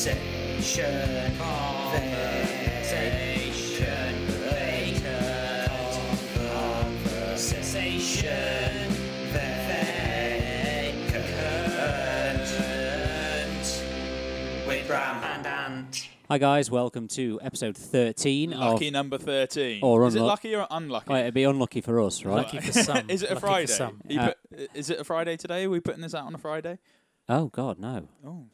Conversation. Conversation. Conversation. Vacant. With Bram and Ant. Hi guys, welcome to episode 13 Lucky of number 13. Or is it unluck- lucky or unlucky? Well, it'd be unlucky for us, right? Lucky for some. is it a lucky for Friday? some. You Uh, put- is it a Friday today? Are we putting this out on a Friday? Oh god, no. Oh.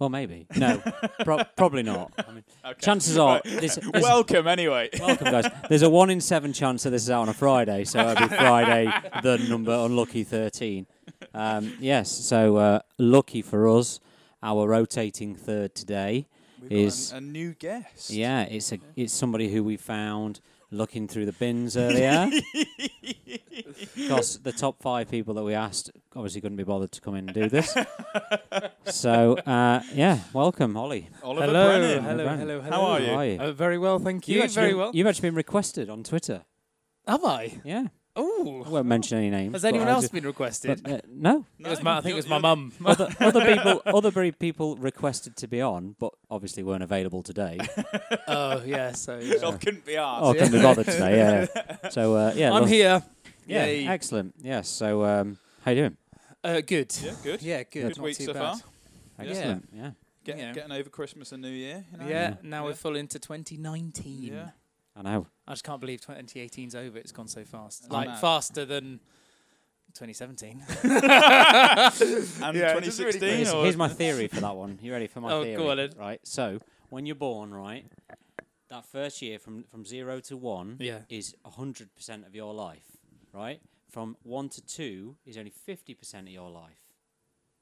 Well, maybe. No. Pro- probably not. I mean, Okay. chances are this, this- Welcome, anyway. welcome guys. There's a 1 in 7 chance that this is out on a Friday, so it'll be Friday the number unlucky 13. Um, yes, so uh, lucky for us, our rotating third today We've got is an- a new guest. yeah, it's a it's somebody who we found looking through the bins earlier. Because the top five people that we asked obviously couldn't be bothered to come in and do this. so uh, yeah, welcome, Holly. Oliver Hello, Brennan. hello, Brennan. hello, hello. How are you? How are you? Uh, very well, thank You've you. actually very been- well. You've actually been requested on Twitter. Am I? Yeah, I Oh. won't mention any names. Has but anyone I else ju- been requested? But, uh, no, No, it was my, I think you're- it was my you're- mum. other, other people, other very people requested to be on, but obviously weren't available today. oh yeah, so yeah. God, couldn't be asked. Oh, couldn't be bothered today. Yeah. yeah. So uh, yeah, I'm lo- here. Yeah, Yay. excellent. Yes. So um, how you doing? Uh, Oh. good. Yeah, good. Yeah, good. Good Not week too so bad. far. Yeah. Excellent. Yeah. Get, Yeah. Getting over Christmas and New Year. You know? Mm. Yeah, now we're full into 2019. Yeah. I know. I just can't believe 2018's over. It's gone so fast. I Like know. faster than 2017. And Yeah, it's just really 2016. Yeah, Here's, or- here's my theory for that one. You ready for my Oh, theory? go on then. Right. So when you're born, right, that first year from from zero to one yeah. is hundred percent of your life, right? From one to two is only fifty percent of your life.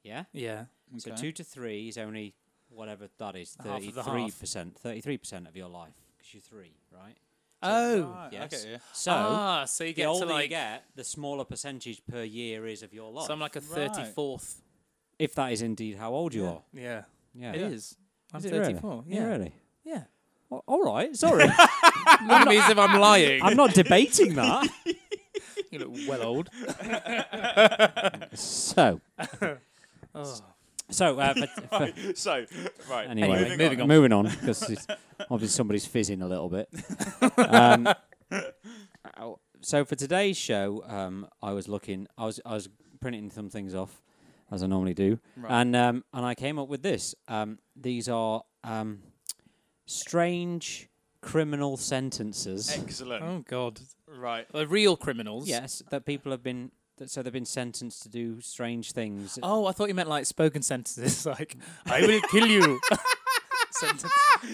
Yeah. Yeah. So Okay. two to three is only whatever that is, Half thirty of the half. three percent, thirty three percent of your life because you're three, right? Oh. Right, yes. okay, yeah. So. ah, so you the get to older you like get, the smaller percentage per year is of your life. so I'm like a Right. 34th. if that is indeed how old you Yeah. are. Yeah. Yeah. It is. I'm Is it really? 34. Yeah. really. Yeah. Well, all right. Sorry, That means if I'm lying. I'm not debating that. you look well old. So, Oh. so uh, but, for- So, right. anyway, Anyway, moving on. moving on because obviously somebody's fizzing a little bit. Um, ow. so for today's show, um, I was looking, I was, I was printing some things off, as I normally do, Right. and um, and I came up with this. Um, these are um, strange criminal sentences. Excellent. Oh God! Right. Are real criminals? Yes, that people have been that, so they've been sentenced to do strange things. Oh, I thought you meant like spoken sentences, like "I will kill you." Sentence.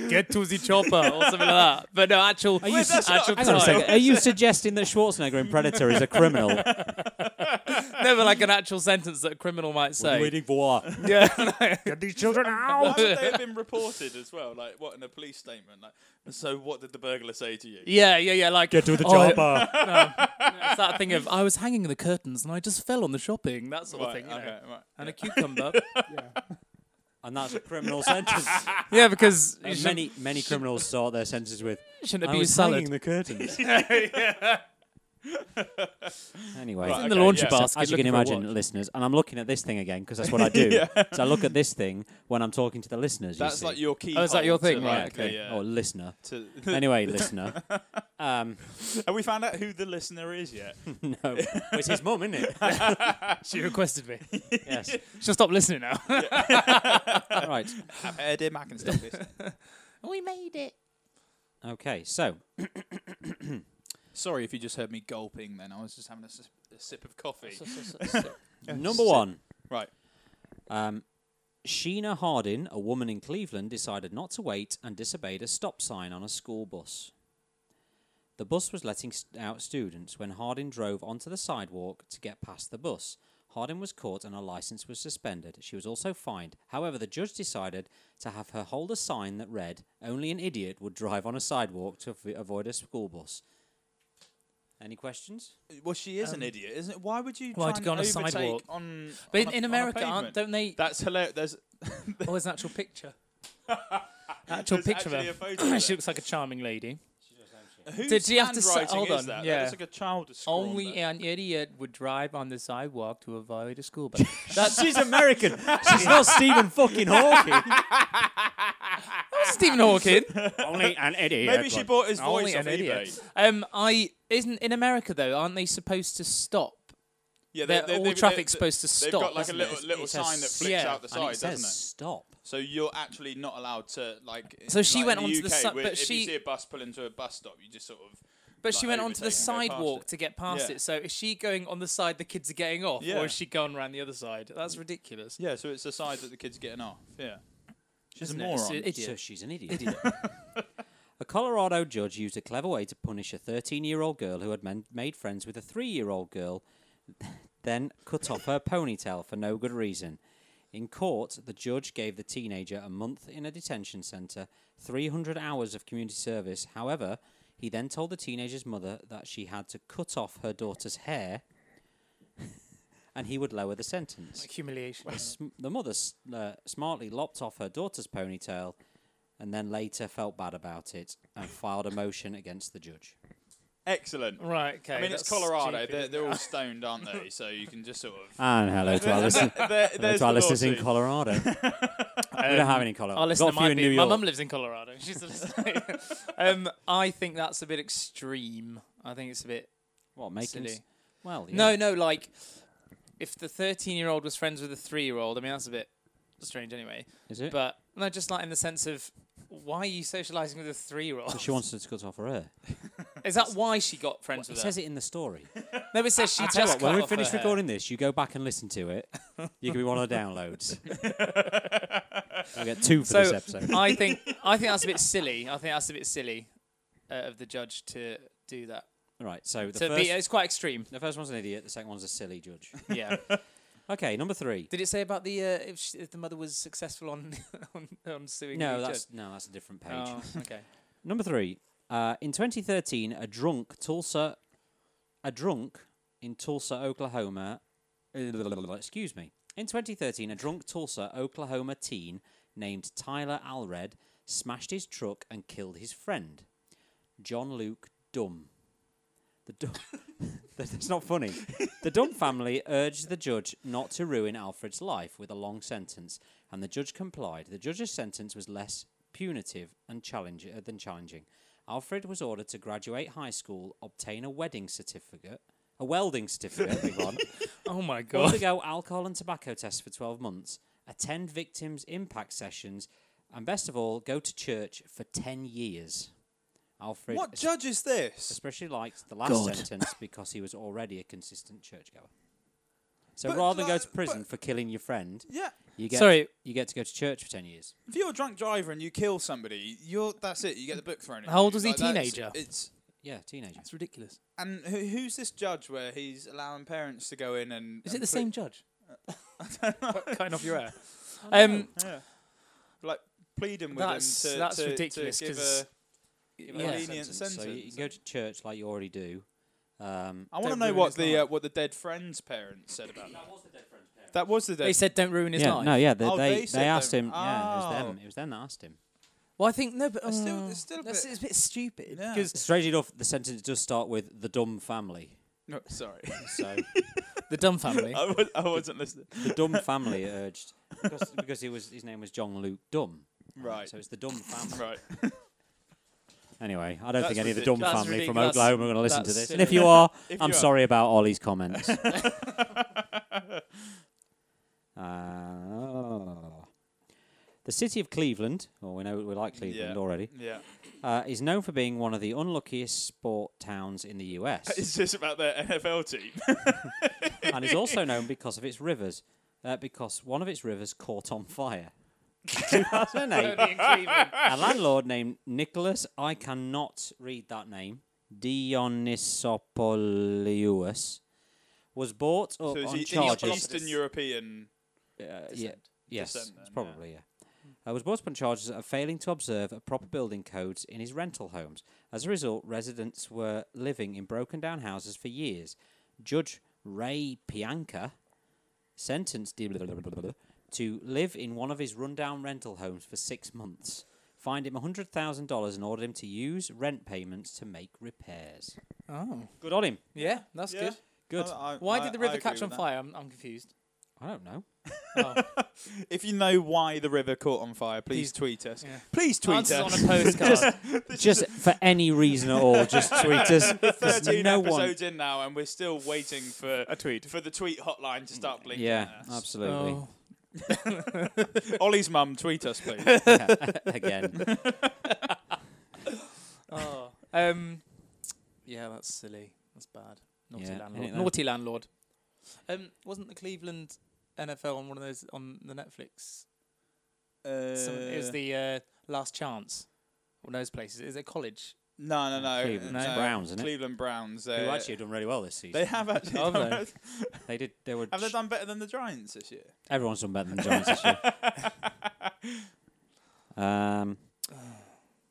Get to the chopper or something like that. But no, actual, Are you actual s- time. Hang on a second. Are you suggesting that Schwarzenegger in Predator is a criminal? no, but like an actual sentence that a criminal might say. for Yeah. Get these children How out! would they have been reported as well? Like, what in a police statement? Like, so what did the burglar say to you? yeah, yeah, yeah. Like Get to the Oh, chopper. it's that thing of I was hanging the curtains and I just fell on the shopping. That sort Right, of thing. you know. okay, right. And a cucumber. and that's a criminal sentence. yeah, because you And shouldn't, many many criminals start their sentences with. shouldn't I abuse was salad. hanging the curtains. Anyway, Right, in the okay, laundry yeah. basket. as you looking can for a imagine, watch. listeners, and I'm looking at this thing again because that's what I do. So I look at this thing when I'm talking to the listeners. you That's see. like your key. Oh, is that your to, thing? Right, like, okay. the, uh, oh listener. to- Anyway, listener. Um, Have we found out who the listener is yet? no, well, it's his mum, isn't it? She requested me. yes. She'll stop listening now. Right. I've heard him. I can stop this. we made it. Okay. So Sorry if you just heard me gulping. Then I was just having a, sip- a sip of coffee. number one. Right. Um, Sheena Hardin, a woman in Cleveland, decided not to wait and disobeyed a stop sign on a school bus. The bus was letting s out students when Hardin drove onto the sidewalk to get past the bus. Hardin was caught and her license was suspended. She was also fined. However, the judge decided to have her hold a sign that read, Only an idiot would drive on a sidewalk to avo- avoid a school bus. Any questions? Well, she Um, is an idiot, isn't it? Why would you? Why try to go and on a overtake sidewalk? On, But on in, a- in on a America, aren't, pavement? don't they? That's hilarious. There's, Oh, there's an actual picture. actual there's picture actually a of her. photo. she there. looks like a charming lady. Whose Did she have to say? handwriting Hold is on. that? Yeah. That looks like a child has scrawled Only that. an idiot would drive on the sidewalk to avoid a school bus. That's She's American. She's not Stephen fucking Hawking. Stephen Hawking. Only an idiot. Maybe she bought his voice Only off an eBay. idiot. Um, I isn't in America though. Aren't they supposed to stop? Yeah, They're- all traffic's supposed to They've stop, got like a isn't little it? little It sign says- that flicks yeah, out the And side, it says doesn't it? stop. So you're actually not allowed to like. So she like went in onto the UK, si- where but if she- you see a bus pull into a bus stop, you just sort of. But she like, went onto the overtake and go past sidewalk it. to get past Yeah. it. So is she going on the side the kids are getting off, Yeah. or is she going around the other side? That's ridiculous. Yeah, so it's the side that the kid's getting off. Yeah, she's Isn't a it? It's moron. an idiot. So she's an idiot. a Colorado judge used a clever way to punish a 13 year old girl who had men- made friends with a 3 year old girl, then cut off her ponytail for no good reason. In court, the judge gave the teenager a month in a detention centre, 300 hours of community service. However, he then told the teenager's mother that she had to cut off her daughter's hair and he would lower the sentence Humiliation. sm- the mother s- uh, smartly lopped off her daughter's ponytail and then later felt bad about it and filed a motion against the judge. Excellent. right. Okay. I mean, it's that's Colorado. stupid, They're, isn't they're it? all stoned, aren't they? So you can just sort of. And hello to our, listen- There- hello there's to our the listeners in lawsuit. Colorado. we don't have any in Colorado. Our We've Got listener a few Oh, might in be. New My York. mum lives in Colorado. She's a listener. um, I think that's a bit extreme. I think it's a bit. what, making Silly. s- Well, yeah. No, no. Like, if the thirteen-year-old was friends with a three-year-old, I mean, that's a bit strange, anyway. Is it? But no, just like in the sense of why are you socializing with a three-year-old? she wants to cut off her hair. Is that why she got friends It with says her? it in the story. No, it says she I tell you just what, when cut we off her finish hair. recording this, you go back and listen to it. You can be one of the downloads. I get two for this So episode. I think I think that's a bit silly. I think that's a bit silly uh, of the judge to do that. Right, so the to first, be, it's quite extreme. the first one's an idiot, the second one's a silly judge. Yeah. Okay, number three. Did it say about the uh, if, she, if the mother was successful on on, on suing? No, the that's no, that's a different page. judge? Oh, okay. Number three. Uh, in 2013, a drunk Tulsa, a drunk in Tulsa, Oklahoma. Excuse me. In 2013, a drunk Tulsa, Oklahoma teen named Tyler Alred smashed his truck and killed his friend, John Luke Dumb. The Dumb. That's not funny. The Dunn family urged the judge not to ruin Alfred's life with a long sentence, and the judge complied. The judge's sentence was less punitive and challenge- uh, than challenging. Alfred was ordered to graduate high school, obtain a wedding certificate, a welding certificate, big one, Oh my god. undergo alcohol and tobacco tests for 12 months, attend victims' impact sessions, and best of all, go to church for 10 years. Alfred What judge is this? especially liked the last God. sentence because he was already a consistent churchgoer. So But rather than go like- to prison for killing your friend, Yeah, you get Sorry. you get to go to church for ten years. if you're a drunk driver and you kill somebody, you're that's it. You get the book thrown. at How old you. was he, Like, that's- teenager? It's Yeah, teenager. It's ridiculous. and who, who's this judge where he's allowing parents to go in and? Is it and the same put- judge? Cutting off your hair. I Um, don't know, yeah. like pleading with That's- him to that's to, ridiculous to give 'cause- a, give a Yeah. lenient sentence. So you, you go to church like you already do. Um, I want to Don't know ruin what his the life. uh, what the dead friend's parents said about that. That was the dead. They said don't ruin his yeah, life. no, yeah, they Oh, they, they they, said asked them. him. Yeah, it was Oh. them. It was them that asked him. Well, I think no, but It's still- uh, it's still a that's- bit- it's a bit stupid. Yeah. 'cause Strangely enough, the sentence does start with the dumb family. no, sorry, So the dumb family. I, was, I wasn't listening. the dumb family urged because, because he was his name was John Luke Dumb. Right, So it's the dumb family. right. Anyway, I don't That's think any of the ridic- dumb that's family from ridic- that's- Oklahoma are going to listen to that's this. silly. And if you are, If I'm you are- sorry about Ollie's comments. Uh, the city of Cleveland, well, we know we like Cleveland Yeah. already, Yeah, uh, is known for being one of the unluckiest sport towns in the US it's just about their NFL team. and is also known because of its rivers, uh, because one of its rivers caught on fire. 2008, Only in Cleveland. a landlord named Nicholas, I cannot read that name, Dionysopolius, was bought up so is on he charges. Eastern European? Uh, yeah, yes, Descent it's then, probably yeah. Uh, was brought up on charges of failing to observe proper building codes in his rental homes. As a result, residents were living in broken down houses for years. Judge Ray Pianca sentenced to live in one of his rundown rental homes for six months, fined him $100,000 and ordered him to use rent payments to make repairs. Oh, Good on him. yeah, that's Yeah. good. Good. I- I- Why I- did the I river agree catch with on that. fire? I'm, I'm confused. I don't know. Oh. If you know why the river caught on fire, please tweet us. yeah. Please tweet Answers us. on a postcard. Just for any reason at Oh, all, just tweet us. There's 13 no one. episodes in now, and we're still waiting for a tweet for the tweet hotline to start blinking. Yeah, at us. absolutely. Oh. Ollie's mum, tweet us, please. Again. Oh. Um, yeah, that's silly. That's bad. Naughty Yeah, ain't landlord. that- Naughty landlord. Um, wasn't the Cleveland NFL on one of those on the Netflix? Some, it was the uh, Last Chance. One of those places. Is it college? no, no, no, Cleveland no. Browns, isn't it? Cleveland Browns. Uh, Who actually have done really well this season. they have actually. Have done- they? They did. They were. have they done better than the Giants this year? Everyone's done better than the Giants this year. Um,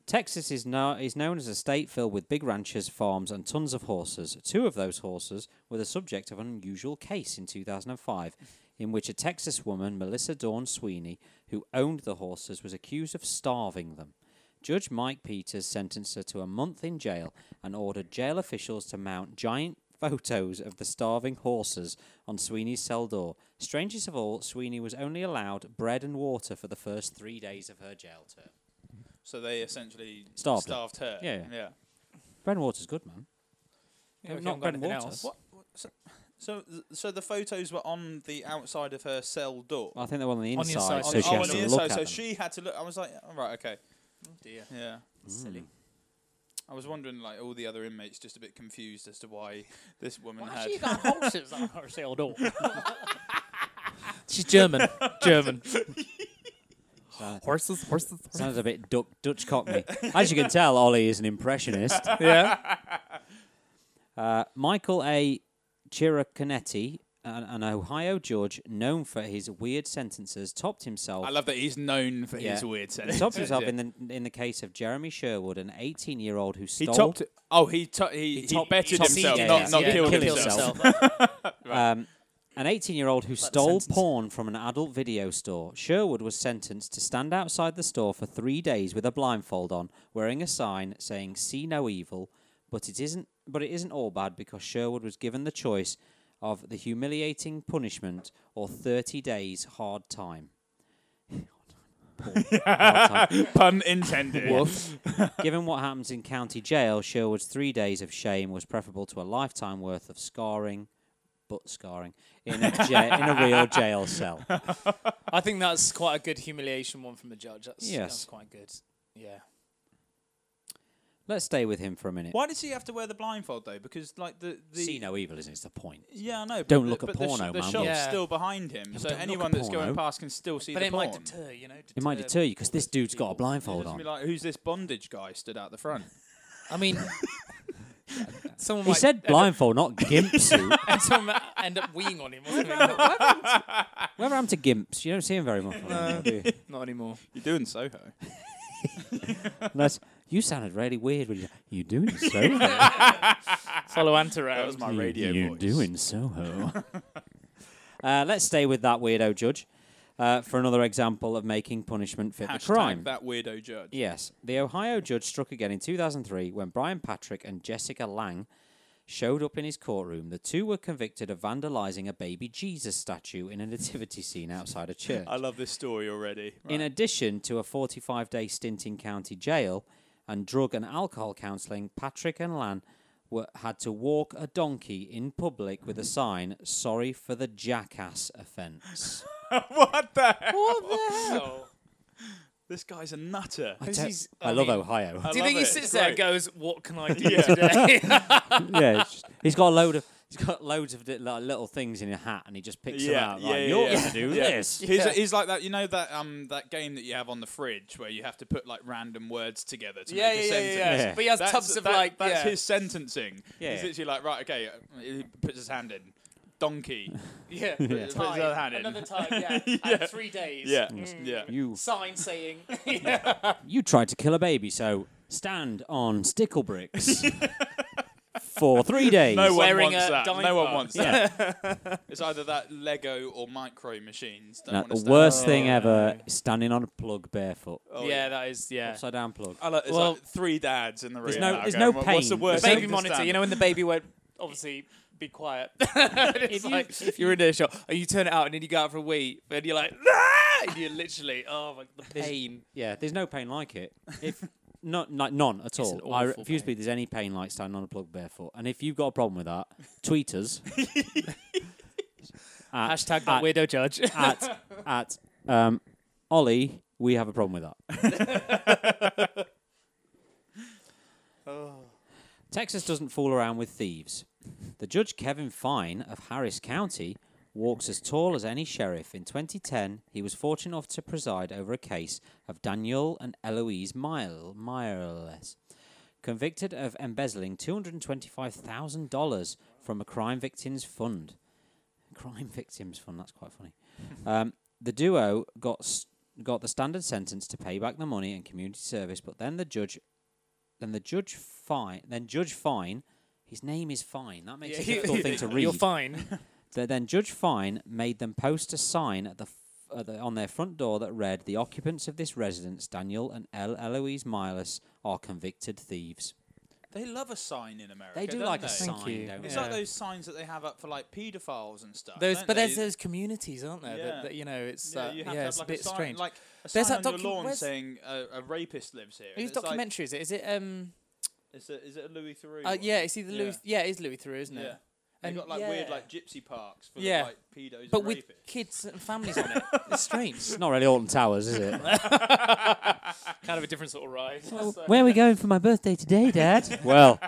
Texas is now is known as a state filled with big ranches, farms, and tons of horses. Two of those horses were the subject of an unusual case in 2005, in which a Texas woman, Melissa Dawn Sweeney, who owned the horses, was accused of starving them. Judge Mike Peters sentenced her to a month in jail and ordered jail officials to mount giant photos of the starving horses on Sweeney's cell door. Strangest of all, Sweeney was only allowed bread and water for the first three days of her jail term. So they essentially Starved her. starved her. Yeah, yeah. yeah. Bread and water's good, man. Yeah, They've we not haven't got bread and anything water. else. What? what- So, so, th- so the photos were on the outside of her cell door. Well, I think they're on the On the inside, inside. so On- she oh, has on to the look inside, at so them. she had to look. I was like, all right, okay, Oh dear. yeah. Mm. Silly. I was wondering, like, all the other inmates just a bit confused as to why this woman Why had. she got horses on her cell door? She's German. German. horses, horses, horses. Sounds a bit duck, Dutch Cockney. As you can tell, Ollie is an impressionist. yeah. Uh, Michael A. Chiricanetti, an, an Ohio judge known for his weird sentences, topped himself. I love that he's known for his Yeah. weird sense. He topped himself in the in the case of Jeremy Sherwood, an 18-year-old who He stole. topped. Oh, he to- he, he, topped- bettered topped- himself, yeah, not not yeah, killed killed himself. himself. Um, an 18 year old who stole porn from an adult video store. Sherwood was sentenced to stand outside the store for three days with a blindfold on, wearing a sign saying "See no evil." But it isn't. But it isn't all bad because Sherwood was given the choice of the humiliating punishment or 30 days hard time. Porn. Hard time. Pun intended. Given what happens in county jail, Sherwood's three days of shame was preferable to a lifetime worth of scarring, butt scarring, in a, ja- in a real jail cell. I think that's quite a good humiliation one from the judge. That's, Yes. that's quite good. Yeah. Let's stay with him for a minute. Why does he have to wear the blindfold though? Because like the the See no evil isn't it? It's the point. yeah, I know. but Don't the- look at but the sh- porno, The man. shop's Yeah. still behind him, so don't look anyone at that's porno. going past can still see But the it porn. might deter, you know. Deter It might deter you because this dude's got a It'll blindfold just be on. like, who's this bondage guy stood out the front? I mean, someone He might said blindfold, not gimp suit. and someone might end up weeing on him. or something. Not- Where am to gimps? You don't see him very much. anymore, do you? Not anymore. You're doing Soho. Unless you sounded really weird when you you doing Soho. Follow Antarab. That was my You- radio you voice. doing Soho. uh, let's stay with that weirdo judge uh, for another example of making punishment fit Hashtag the crime. that weirdo judge. Yes, the Ohio judge struck again in 2003 when Brian Patrick and Jessica Lang showed up in his courtroom. The two were convicted of vandalizing a baby Jesus statue in a nativity scene outside a church. I love this story already. In addition to a 45 day stint in county jail and drug and alcohol counselling, Patrick and Lan were, had to walk a donkey in public with a Mm-hmm. sign, sorry for the jackass offence. what the hell? What the hell? This guy's a nutter. I, This don't- is- I I love mean- Ohio. I uh, Do you think love he it. sits It's there and great. goes, "What can I do today?" yeah, it's just- he's got a load of. He's got loads of di- like, little things in a hat, and he just picks them out. Like, You're going to do yeah. this. He's, Yeah. he's like that, you know that um that game that you have on the fridge where you have to put like random words together to yeah, yeah, make a yeah, sentence. yeah, yeah. Yeah. But he has That's, tubs of that- like that's yeah. his sentencing. Yeah. He's literally like, right, okay, uh, he puts his hand in, donkey. yeah. his other hand in. Another time, yeah. And three days. yeah, yeah. You Sign saying, yeah. you tried to kill a baby, so stand on stickle bricks. for three days. No one Wearing wants a that. diaper. No one wants Yeah. that. It's either that Lego or micro machines. Don't No, wanna the stand worst up. thing Oh, ever no. is standing on a plug barefoot. Oh, yeah, that is yeah. Oh. Upside down plug. I like, it's Well- like three dads in the room. There's no- now there's going, no "What- What's the pain. worst There's no- thing baby to monitor. stand You know when the baby went obviously be quiet. it's you- like if you're in a shop and you turn it out and then you go out for a wee and you're like, "Ah!" and you're literally oh my the pain. Yeah, there's no pain like it. If not, like none at It's an all. I awful refuse to pain. believe there's any pain like standing on a plug barefoot. And if you've got a problem with that, tweet us at, Hashtag that at- weirdo judge. at at um, Ollie. We have a problem with that. Texas doesn't fool around with thieves. The judge Kevin Fine of Harris County walks as tall as any sheriff. In 2010, he was fortunate enough to preside over a case of Daniel and Eloise Mile Mireles, convicted of embezzling $225,000 from a crime victims fund. Crime victims fund. That's quite funny. Um, the duo got s got the standard sentence to pay back the money and community service, but then the judge, then the judge fine, then judge fine. His name is Fine. That makes it a difficult thing to read. You're fine. Th- then Judge Fine made them post a sign at the, f- at the on their front door that read, "The occupants of this residence, Daniel and El- Eloise Miles, are convicted thieves." They love a sign in America. They do don't like they? a Thank sign, you. don't It's they? like Yeah. those signs that they have up for like paedophiles and stuff. Those, don't but they? there's those communities, aren't there? Yeah. That, that you know, it's Yeah, uh, you have yeah, to have it's like a bit sign, strange. Like a There's sign on that docu- your lawn where's- saying uh, a rapist lives here. and Whose it's like- documentary is it? Is it um? is, it, is it a Louis Theroux? Uh, one? yeah, it's either Yeah. Louis. Yeah, it is Louis Theroux, isn't it? Yeah. And got like weird like gypsy parks for Yeah. the, like pedos but and with rapists. kids and families on it. It's strange. It's not really Alton Towers, is it? kind of a different sort of ride. Where are we going for my birthday today, Dad? well,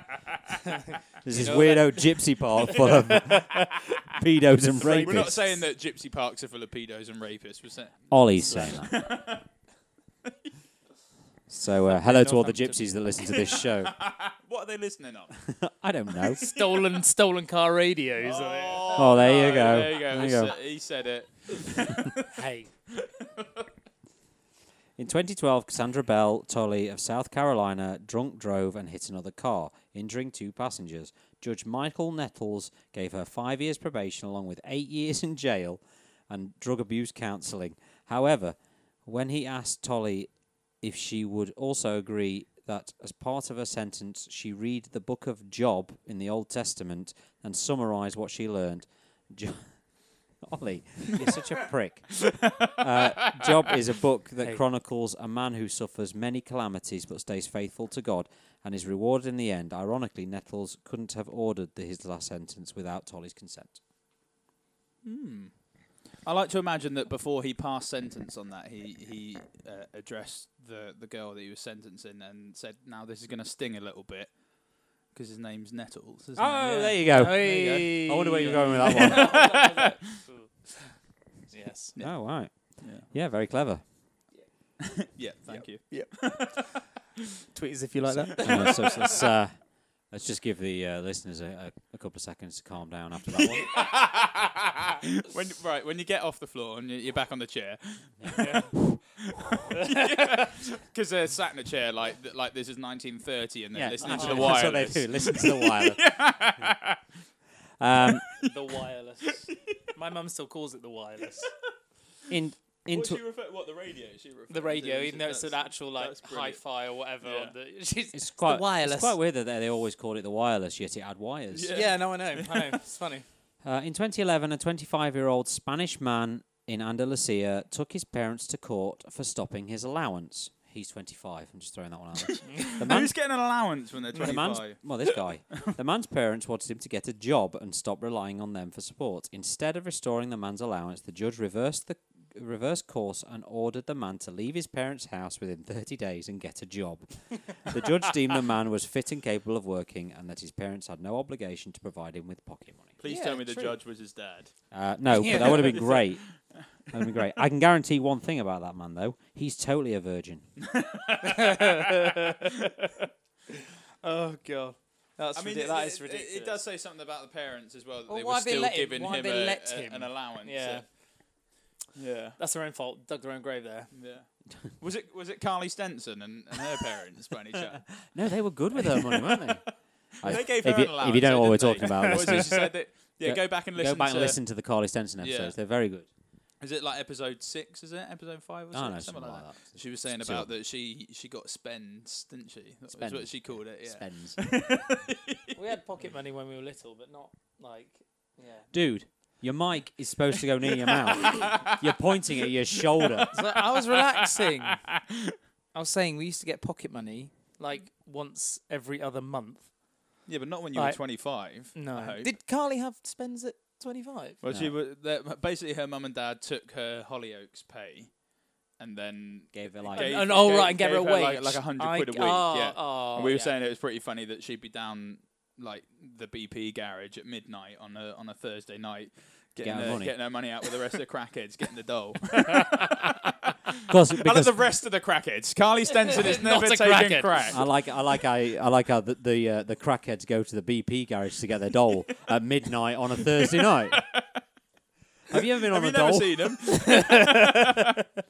this is know weirdo gypsy park full of pedos and rapists. We're not saying that gypsy parks are full of pedos and rapists. We're saying Ollie's saying that. So uh, hello to all the Northampton. gypsies that listen to this show. what are they listening on? I don't know. stolen, stolen car radios. Oh, there you go. There you There go. you he, go. Said, he said it. Hey, In 2012, Cassandra Bell Tully of South Carolina drunk drove and hit another car, injuring two passengers. Judge Michael Nettles gave her five years probation along with eight years in jail and drug abuse counseling. However, when he asked Tully if she would also agree that as part of her sentence she read the book of Job in the Old Testament and summarize what she learned, jo- Ollie, you're such a prick. Uh, Job is a book that Hey. chronicles a man who suffers many calamities but stays faithful to God and is rewarded in the end. Ironically, Nettles couldn't have ordered the, his last sentence without Tolly's consent. I like to imagine that before he passed sentence on that, he he uh, addressed the the girl that he was sentencing and said, "Now this is going to sting a little bit because his name's Nettles." Isn't it? Oh, there you go. Hey. I wonder where you're going with that one. yes. Oh, right. Yeah. Yeah, very clever. Yeah, thank you. Tweets if you like that. Hang on, so so let's, uh, let's just give the uh, listeners a, a, a couple of seconds to calm down after that one. when, right, when you get off the floor and you- you're back on the chair, because they're sat in a chair like th- like this is 1930 and they're listening to the that's what they wireless. do. Listen to the wireless. um, the wireless. My mum still calls it the wireless. in What into she refer- what the radio? She referred The to radio, as- even though it's an that's- actual like that's brilliant. hi-fi or whatever. Yeah. On the, she's, it's quite wireless. It's quite weird that they always called it the wireless, yet it had wires. Yeah. yeah, no, I know. I know. It's funny. Uh, in 2011, a 25-year-old Spanish man in Andalusia took his parents to court for stopping his allowance. He's 25. I'm just throwing that one out. There. the man Who's getting an allowance when they're The man's 25? well, this guy. the man's parents wanted him to get a job and stop relying on them for support. Instead of restoring the man's allowance, the judge reversed the reversed course and ordered the man to leave his parents' house within 30 days and get a job. the judge deemed the man was fit and capable of working, and that his parents had no obligation to provide him with pocket money. Please Yeah, tell me the true. judge was his dad. Uh, no, but that would have been great. That would have been great. I can guarantee one thing about that man, though. He's totally a virgin. Oh god, that's I mean, ridi- it, that it- is it- ridiculous. It, does say something about the parents as well. That Well, they why were have they still let him? giving Why have him, they a, let a- him? an allowance. Yeah. yeah, That's their own fault. Dug their own grave there. yeah. was it was it Carly Stenson and, and her parents by any chance? No, they were good with her money, weren't they? I- they gave her if, you, an allowance. if you don't know though, what we're didn't talking they? about, What was it? listen, She said that- yeah, Go- go, back and listen. go back to, and listen to the Carly Stenson episodes. Yeah. They're very good. Oh, Is it like episode six? Is it episode five or I don't know, six? Something like that. She was saying Two. about that she she got spends, didn't she? That was what Spends. she called it. Yeah. Spends. We had pocket money when we were little, but not like yeah. Dude, your mic is supposed to go near your mouth. You're pointing at your shoulder. I was relaxing. I was saying we used to get pocket money like once every other month. Yeah, but not when you Right. were 25. I hope. Did Carly have spends at 25? well, she No. was basically her mum and dad took her Hollyoaks pay, and then Gave her like. Gave- and, oh, right, and gave, gave her a her, like- wage. like 100 I- quid a week, oh, yeah. oh, and we were yeah. saying it was pretty funny that she'd be down like the BP garage at midnight on a on a Thursday night. Getting, her her, money. getting her money out with the rest of the crackheads, getting the doll. Because, I love because the rest of the crackheads. Carly Stenson has Not never a taken crackhead. crack. I like I like I, I like how the the, uh, the crackheads go to the BP garage to get their doll at midnight on a Thursday night. Have you ever been Have on a you never doll? seen them?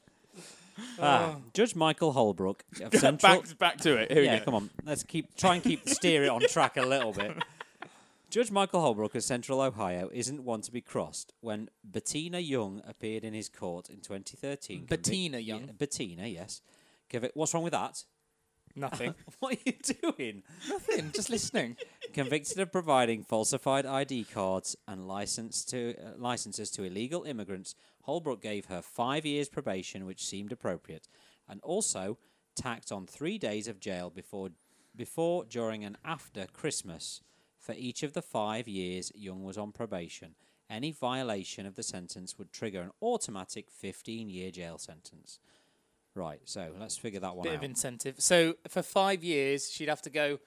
Ah, Judge Michael Holbrook of Central. back, back to it. Here yeah, we go. come on. Let's keep try and keep steer it on track a little bit. Judge Michael Holbrook of Central Ohio isn't one to be crossed. When Bettina Young appeared in his court in 2013, convic- Bettina Young? yeah, Bettina, yes. Convic- What's wrong with that? nothing. What are you doing? nothing. Oh, Just listening. convicted of providing falsified ID cards and license to uh, licenses to illegal immigrants, Holbrook gave her five years probation, which seemed appropriate, and also tacked on three days of jail before, before, during, and after Christmas for each of the five years Young was on probation. Any violation of the sentence would trigger an automatic 15-year jail sentence. Right, so let's figure that one Bit out. of incentive. So for five years, she'd have to go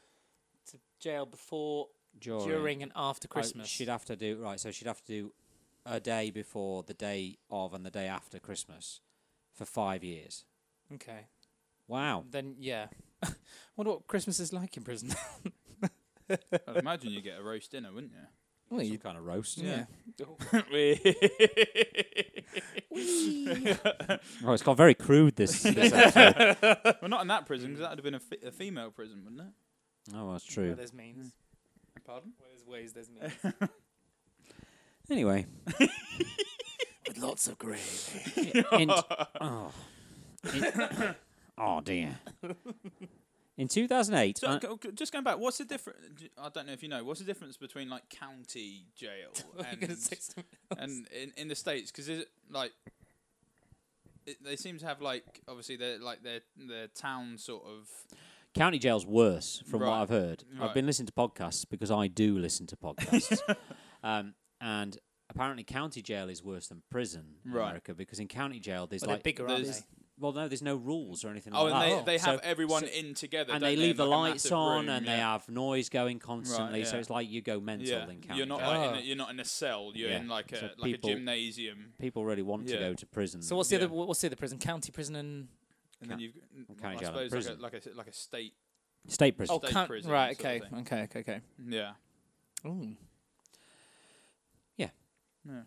to jail before, during, and after Oh, Christmas. she'd have to do right. So she'd have to do a day before, the day of, and the day after Christmas for five years. okay. Wow. Then yeah. Wonder what Christmas is like in prison. I'd imagine you get a roast dinner, wouldn't you? well, Some kind of roast. yeah. Oh, it's got very crude this. this episode. well, not in that prison because that'd have been a, fe- a female prison, wouldn't it? Oh, that's Where true. there's means. Pardon? Where there's ways, there's means. Anyway, With lots of gravy. in, oh, In- oh dear. In 2008, So, uh, go- go- just going back, what's the difference? I don't know if you know. What's the difference between like county jail and, and in, in the states? Because it like it, they seem to have like obviously their like their their town sort of county jail's worse, from what Right. I've heard. I've Right. been listening to podcasts because I do listen to podcasts, um, and apparently county jail is worse than prison in Right. America because in county jail there's But like they're bigger, aren't there's- they? Well, no, there's no rules or anything oh, like that. and they, they So- have everyone so- in together and don't they leave in, the like, a lights massive on, room, and yeah. they have noise going constantly. So yeah. it's like you go mental Yeah, in county you're not jail. like in Oh. a, you're not in a cell. You're Yeah. in like a So like people- a gymnasium, People really want to Yeah. go to prison. So what's the Yeah. other? What's the other prison? County prison and and Ca- then you've county I jail and suppose like a, prison. like a like a state. state prison? oh, State coun- prison right? sort Okay, of thing. okay, okay, okay. Yeah, Ooh. Yeah. Yeah.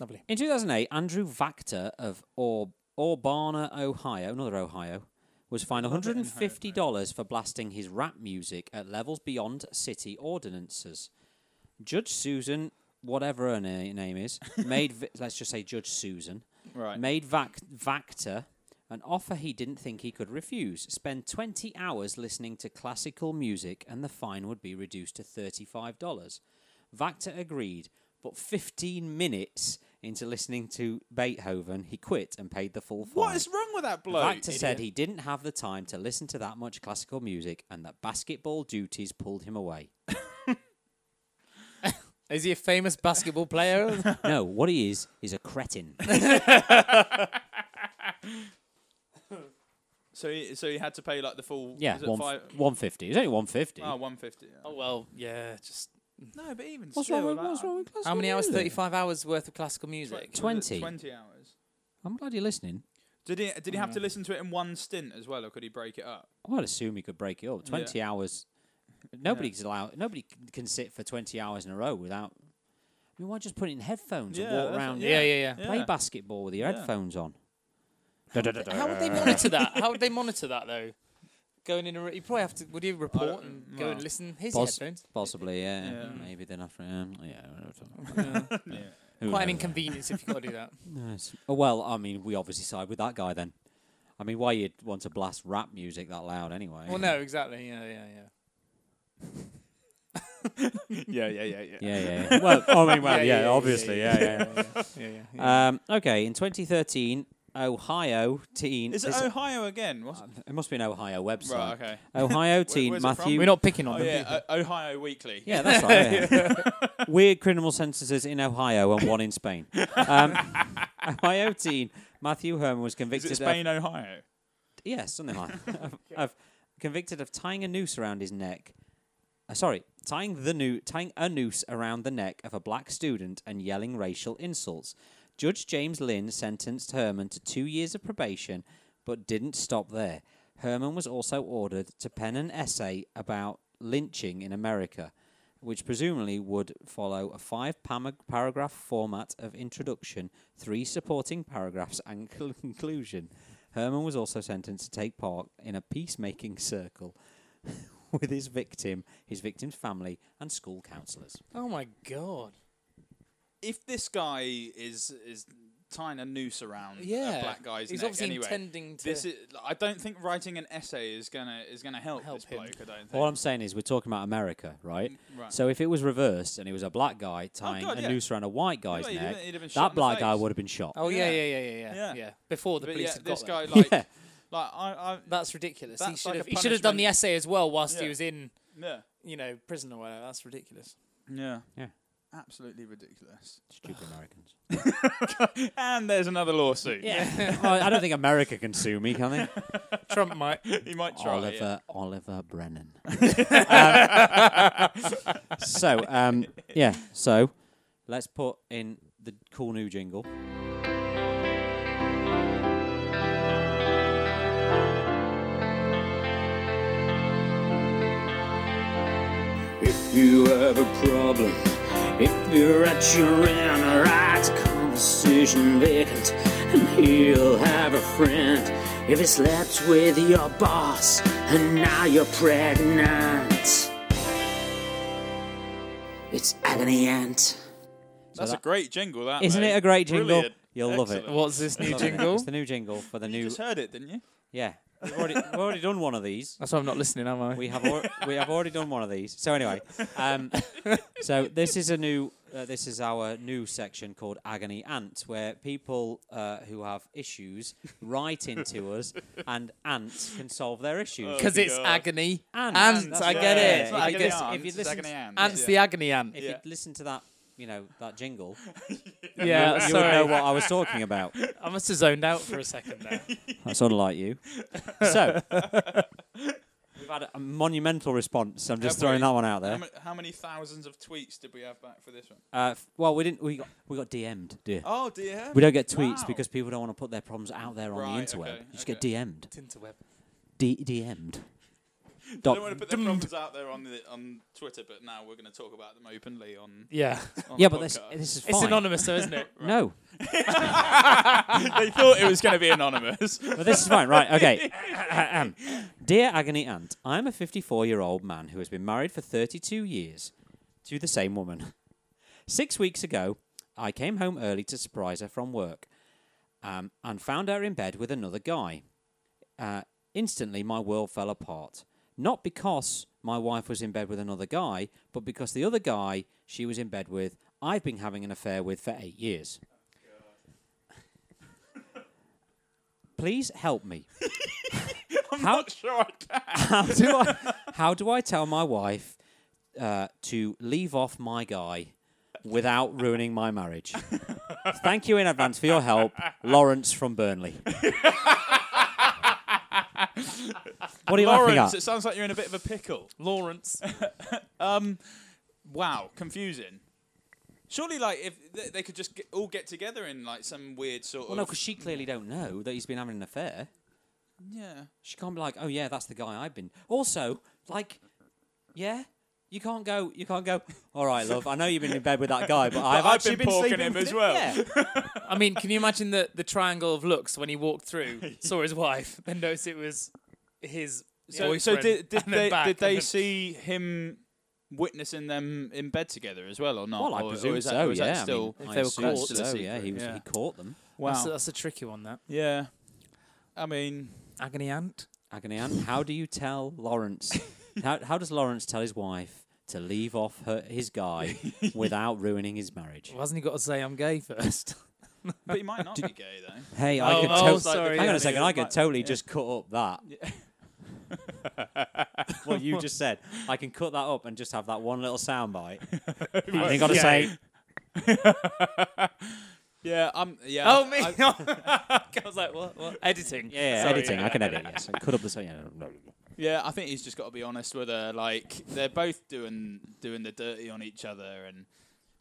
Lovely. In 2008, Andrew Vactor of Aub- Urbana, Ohio, another Ohio, was fined Love it in Ohio, $150 for blasting his rap music at levels beyond city ordinances. Judge Susan, whatever her na- name is, made vi- let's just say Judge Susan right. made Vac- Vactor an offer he didn't think he could refuse. Spend 20 hours listening to classical music, and the fine would be reduced to $35. Vactor agreed, but 15 minutes into listening to Beethoven, he quit and paid the full fine. What is wrong with that bloke? Vactor said he didn't have the time to listen to that much classical music and that basketball duties pulled him away. Is he a famous basketball player? no, what he is, is a cretin. So he, so he had to pay like the full. Yeah, is it one, five? f- 150. It's only 150. Oh, 150. yeah. oh well, yeah. Just No, but even what's, still, wrong with, like, what's wrong with classical how many hours? music? Thirty-five hours worth of classical was it music. 20? 20 hours. I'm glad you're listening. Did he did he have to listen to it in one stint as well, or could he break it up? I'd assume he could break it up. Twenty hours. Nobody's allowed. Nobody c- can sit for twenty hours in a row without. I mean, why just put it in headphones Yeah, and walk that's- around? Yeah, yeah, yeah. Play basketball with your Yeah. headphones on. How would they monitor that? How would they monitor that though? going in. A re- you probably have to. Would you report don't- and mm, go and well. listen? Here's Pos- your headphones. Possibly, yeah. Yeah. Maybe then after, um, yeah. I don't know. Yeah. yeah. Who Quite knows? an inconvenience if you got to do that. Nice. Oh, well, I mean, we obviously side with that guy then. I mean, why you'd want to blast rap music that loud anyway? Well, no, exactly. Yeah, yeah, yeah. yeah, yeah, yeah, yeah. Yeah, yeah. yeah. well, I mean, well, yeah, obviously, yeah, yeah. yeah. yeah, yeah, yeah. Um, okay, in 2013, Ohio teen. Is it this- Ohio again? What's uh, it must be an Ohio website. right, okay. Ohio teen where's it from? Matthew. We're not picking on Oh them. yeah, o- Ohio Weekly. Yeah, that's right. yeah. Weird criminal sentences in Ohio and one in Spain. Um, Ohio teen Matthew Herman was Is convicted it of Spain, Ohio? Yeah, something like of, of convicted of tying a noose around his neck. Uh, sorry, tying the noo- tying a noose around the neck of a black student and yelling racial insults. Judge James Lynn sentenced Herman to two years of probation, but didn't stop there. Herman was also ordered to pen an essay about lynching in America, which presumably would follow a five pam- paragraph format of introduction, three supporting paragraphs, and conclusion. Herman was also sentenced to take part in a peacemaking circle with his victim, his victim's family, and school counsellors. Oh my god. If this guy is is tying a noose around Yeah. a black guy's He's neck, obviously anyway, intending to. this is. I don't think writing an essay is gonna is gonna help, Help this him. bloke. I don't think. All I'm saying is, we're talking about America, right? Mm, right. Oh, So if it was reversed and it was a black guy tying God, a yeah. noose around a white guy's Yeah, he'd have- neck, he'd have been shot in that the black guy face. would have been shot. oh yeah, yeah, Yeah. yeah, yeah, yeah, yeah. Yeah. Before the But police yeah, had got this there. guy like yeah, like I I That's ridiculous. he That's should like have. a He should have done the punishment. essay as well whilst he Yeah. was in, yeah you know, prison or whatever. That's ridiculous. yeah Yeah. absolutely ridiculous. stupid Americans. And there's another lawsuit. Yeah, Oh, I don't think America can sue me, can they? Trump might. he might try. Oliver yeah. Oliver Brennan. Um, so um, yeah, so let's put in the cool new jingle. If you have a problem, if you're at your end, right conversation vacant, and he'll have a friend. If he slept with your boss, and now you're pregnant, it's agony ant. That's that- a great jingle. That Isn't mate. it a great jingle? Brilliant. You'll love it. Excellent. What's this new Love it. jingle? It's the new jingle for the You new. just heard it, didn't you? Yeah, we've already, we've already done one of these. That's why I'm not listening, am I? We have al- we have already done one of these. So anyway, um, so this is a new uh, this is our new section called Agony Ant, where people uh, who have issues write into us, and ants can solve their issues. Because it's God. agony. Ants, Ants, that's I right. get Yeah, it. It's if not I you agony guess listen- ants, if you it's listen- agony ants. Ants Yeah. the agony ant. if Yeah. you listen to that, you know that jingle, Yeah, you would sorry. know what I was talking about. I must have zoned out for a second there. That's unlike you. So we've had a monumental response. I'm just Have throwing we? that one out How, there. ma- how many thousands of tweets did we have back for this one? Uh, f- well, we didn't. We got we got DM'd, dear. Oh dear. We don't get tweets Wow. because people don't want to put their problems out there on Right, the interweb. okay, you just get okay. DM'd. Tinterweb. D- DM'd. I Doc- don't want to put their problems out there on the on Twitter, but now we're going to talk about them openly on. Yeah. on yeah, the but this, podcast. this is fine. It's anonymous, though, isn't it? No, they thought it was going to be anonymous. but this is fine. Right, okay. Ahem. Dear Agony Aunt, I am a 54 year old man who has been married for 32 years to the same woman. Six weeks ago, I came home early to surprise her from work um, and found her in bed with another guy. Uh, instantly, my world fell apart. Not because my wife was in bed with another guy, but because the other guy she was in bed with, I've been having an affair with for eight years. Please help me. how, sure, I how do I how do I tell my wife uh, to leave off my guy without ruining my marriage? Thank you in advance for your help, Lawrence from Burnley. what are you Lawrence, laughing it at? sounds like you're in a bit of a pickle. Lawrence. Wow, confusing. Surely, like if th- they could just get, all get together in like some weird sort Well, of no, because she clearly don't know that he's been having an affair. yeah. She can't be like, oh yeah, that's the guy I've been. Also, like, yeah. You can't go. You can't go. All right, love. I know you've been in bed with that guy, but, I've, I've actually been porking sleeping him with as well." Yeah. I mean, can you imagine the, the triangle of looks when he walked through, saw his wife, then noticed it was his So, so boyfriend did, did and then they back did they and then- see him witnessing them in bed together as well or not? Well, I Or- or presume is that- so. or is that Yeah, I still mean, If I they were assume caught, so. it's a Yeah, he was. secret. He Yeah. caught them. wow. That's, a, that's a tricky one. That yeah, I mean, agony aunt. Agony Aunt, how do you tell Lawrence? how, how does Lawrence tell his wife to leave off her, his guy without ruining his marriage? Well, hasn't he got to say I'm gay first? but he might not be gay though. Hey, I Oh, could. oh, totally sorry, Hang on yeah, a second. yeah, I could might- totally just cut up that. what you just said, I can cut that up and just have that one little sound bite. I think I'll just say, Yeah, I'm. Yeah. oh me! I, was like, what? What? Editing. yeah, Sorry. editing. I can edit. Yes, I cut up the sound. Yeah. Yeah, I think he's just got to be honest with her. Like they're both doing doing the dirty on each other, and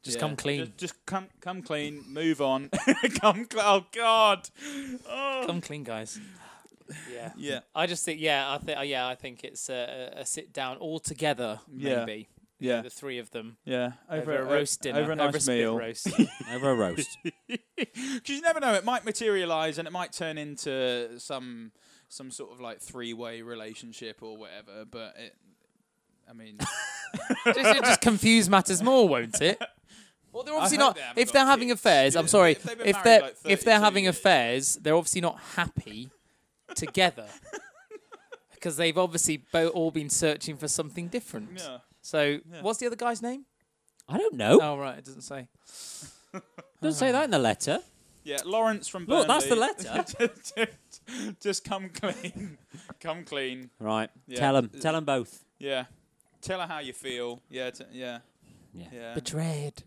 Just yeah, come clean. Just, just come come clean. Move on. come clean. Oh God. Oh. Come clean, guys. Yeah. yeah. I just think, yeah, I think, yeah, I think it's a, a sit down all together, Yeah. maybe. Yeah. The three of them Yeah. over, a roast dinner, Over a nice spit meal. roast. Over a roast. Because you never know, it might materialise and it might turn into some some sort of like three way relationship or whatever. But it, I mean, just, it just confuse matters more, won't it? Well, they're obviously hope not. they haven't if got they're having kids. affairs, I'm Yeah. sorry. If they've been If married, they're like, if they're 32 having years. affairs, they're obviously not happy together because they've obviously bo- all been searching for something different. yeah. So, what's the other guy's name? I don't know. Oh, right, it doesn't say. Doesn't say that in the letter. Yeah, Lawrence from Burnley. Look, that's the letter. letter. just come clean. come clean. Right. Yeah. Tell 'em. Tell 'em both. Yeah. Tell her how you feel. Yeah. T- yeah. Yeah. Yeah. Betrayed,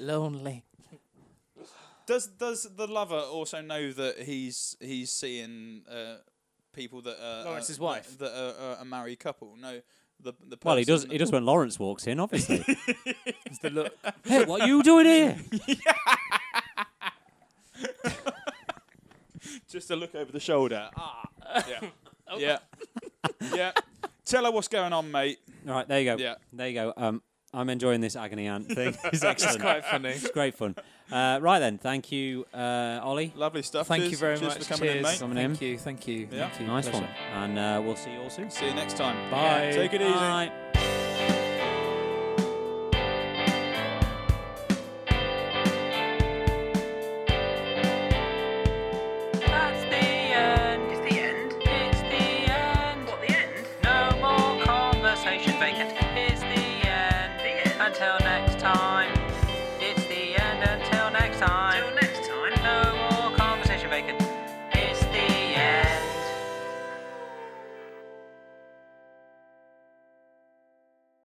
lonely. Does does the lover also know that he's he's seeing uh, people that are Lawrence's are- wife? that are, are a married couple? No, the the Well, he person does. that- He does when Lawrence walks in, obviously. It's the look. hey, what are you doing here? just a look over the shoulder. Ah, Oh. yeah, yeah, yeah. Tell her what's going on, mate. All right, there you go. Yeah. There you go. Um, I'm enjoying this agony aunt thing. It's excellent. Quite funny. It's great fun. Uh, right then, thank you, uh, Ollie. Lovely stuff. Thank Cheers- you very cheers much. for coming in, Cheers. mate. Coming thank you. Thank you. Yeah. Thank you. Nice Pleasure. one. And uh, we'll see you all soon. See you next time. Bye. Take it easy. Bye.